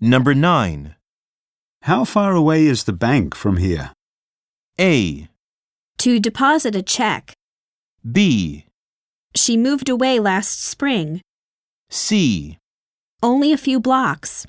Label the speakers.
Speaker 1: Number 9.
Speaker 2: How far away is the bank from here?
Speaker 1: A.
Speaker 3: To deposit a check.
Speaker 1: B.
Speaker 3: She moved away last spring.
Speaker 1: C.
Speaker 3: Only a few blocks.